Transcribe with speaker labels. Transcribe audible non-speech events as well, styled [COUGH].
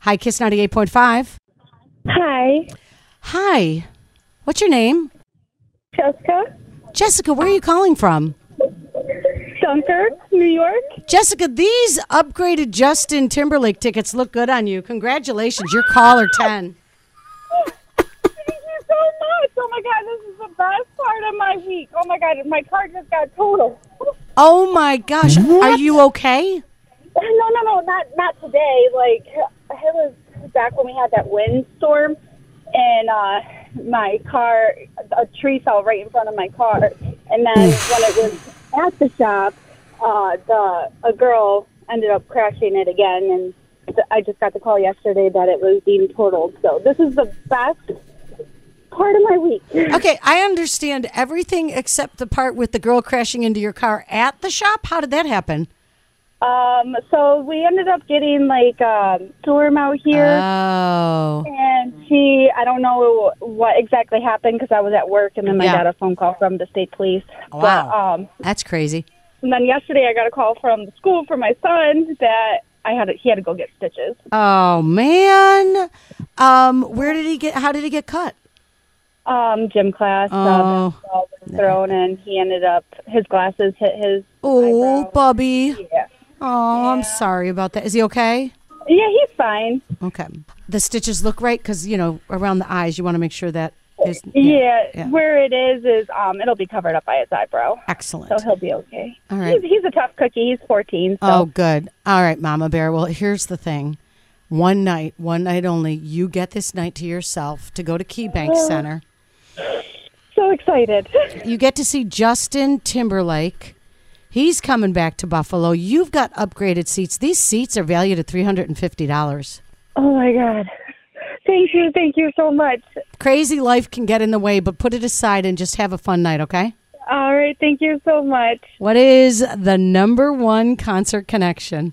Speaker 1: Hi, Kiss 98.5.
Speaker 2: Hi,
Speaker 1: Hi. What's your name?
Speaker 2: Jessica,
Speaker 1: Jessica, where are you calling from?
Speaker 2: Dunkirk, New York.
Speaker 1: Jessica, these upgraded Justin Timberlake tickets look good on you. Congratulations. You're caller 10.
Speaker 2: Thank you so much. Oh my God, this is the best part of my week. Oh my God, my car just got totaled.
Speaker 1: Oh my gosh. Are you okay?
Speaker 2: no, no, no, not not today. Like I was back when we had that windstorm, and uh, my car, a tree fell right in front of my car, and then when it was at the shop, uh, the a girl ended up crashing it again, and th- I just got the call yesterday that it was being totaled. So this is the best part of my week.
Speaker 1: Okay, I understand everything except the part with the girl crashing into your car at the shop. How did that happen?
Speaker 2: Um, so we ended up getting like a storm out here.
Speaker 1: Ah. Oh.
Speaker 2: And she, I don't know what exactly happened because I was at work, and then I
Speaker 1: Yeah.
Speaker 2: got a phone call from the state police.
Speaker 1: Wow.
Speaker 2: But, um,
Speaker 1: That's crazy.
Speaker 2: and then yesterday, I got a call from the school for my son that I had he had to go get stitches.
Speaker 1: Oh man. Um where did he get how did he get cut?
Speaker 2: Um, gym class,
Speaker 1: Oh.
Speaker 2: uh, basketball was thrown, and he ended up his glasses hit his.
Speaker 1: Oh,
Speaker 2: eyebrow.
Speaker 1: Bubby.
Speaker 2: yeah.
Speaker 1: Oh, I'm sorry about that. Is he okay?
Speaker 2: yeah, he's fine.
Speaker 1: Okay. The stitches look right cuz you know around the eyes you want to make sure that is
Speaker 2: Yeah,
Speaker 1: yeah.
Speaker 2: where it is is um, it'll be covered up by his eyebrow,
Speaker 1: excellent.
Speaker 2: so he'll be okay.
Speaker 1: All right.
Speaker 2: he's, he's a tough cookie. He's fourteen. So.
Speaker 1: Oh, good. All right, Mama Bear. Well, here's the thing. One night, one night only, you get this night to yourself to go to KeyBank
Speaker 2: Oh.
Speaker 1: Center.
Speaker 2: so excited. [LAUGHS]
Speaker 1: You get to see Justin Timberlake. He's coming back to Buffalo. You've got upgraded seats. These seats are valued at $350.
Speaker 2: Oh my God. Thank you. Thank you so much.
Speaker 1: Crazy life can get in the way, but put it aside and just have a fun night, okay?
Speaker 2: All right. Thank you so much.
Speaker 1: What is the number one concert connection?